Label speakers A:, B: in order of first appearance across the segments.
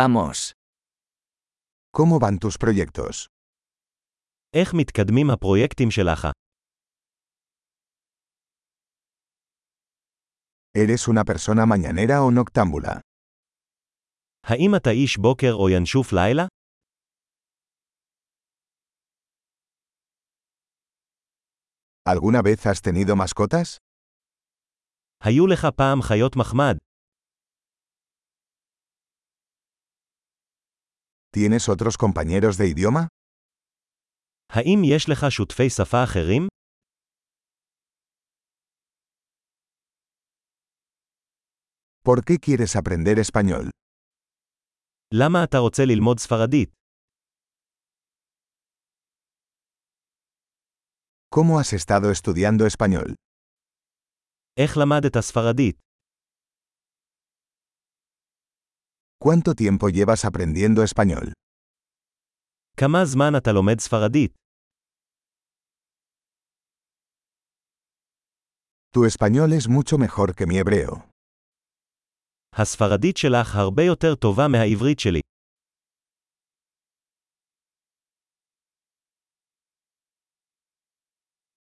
A: Vamos.
B: ¿Cómo van tus proyectos?
C: איך מתקדמים הפרויקטים שלך?
B: ¿Eres una persona mañanera o noctámbula?
C: האם אתה איש בוקר או ינשוף לילה?
B: ¿Alguna vez has tenido mascotas?
C: היו לך פעם חיות מחמד?
B: ¿Tienes otros compañeros de idioma?
C: האם יש לך שותפי שפה אחרים?
B: ¿Por qué quieres aprender español?
C: למה אתה רוצה ללמוד ספרדית?
B: ¿Cómo has estado estudiando español?
C: איך למדת ספרדית?
B: ¿Cuánto tiempo llevas aprendiendo español?
C: כמה זמן אתה לומד ספרדית?
B: Tu español es mucho mejor que mi hebreo.
C: הספרדית שלך הרבה יותר טובה מהעברית שלי.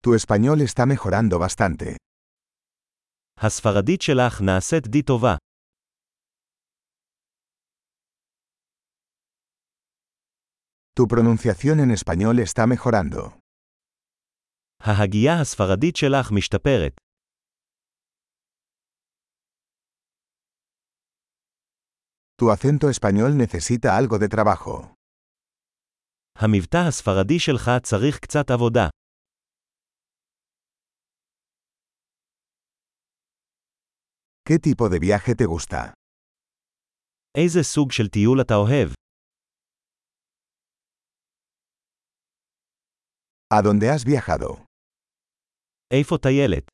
B: Tu español está mejorando bastante.
C: הספרדית שלך נעשית די טובה.
B: Tu pronunciación en español está mejorando.
C: ההגייה הספרדית שלך משתפרת.
B: Tu acento español necesita algo de trabajo.
C: המבטא הספרדי שלך צריך קצת עבודה.
B: ¿Qué tipo de viaje te gusta?
C: איזה סוג של טיול אתה אוהב?
B: ¿A dónde has viajado?
C: איפה טיילת?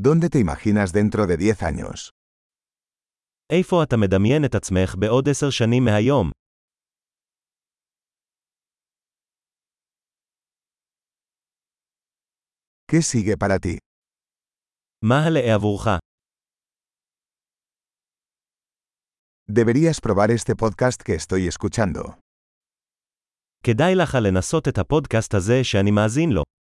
B: ¿Dónde te imaginas dentro de 10 años?
C: איפה אתה מדמיין את עצמך בעוד עשר שנים מהיום?
B: ¿Qué sigue para ti?
C: מה הלאה עבורך?
B: Deberías probar este podcast que estoy escuchando.
C: כדאי לך לנסות את הפודקאסט הזה שאני מאזין לו.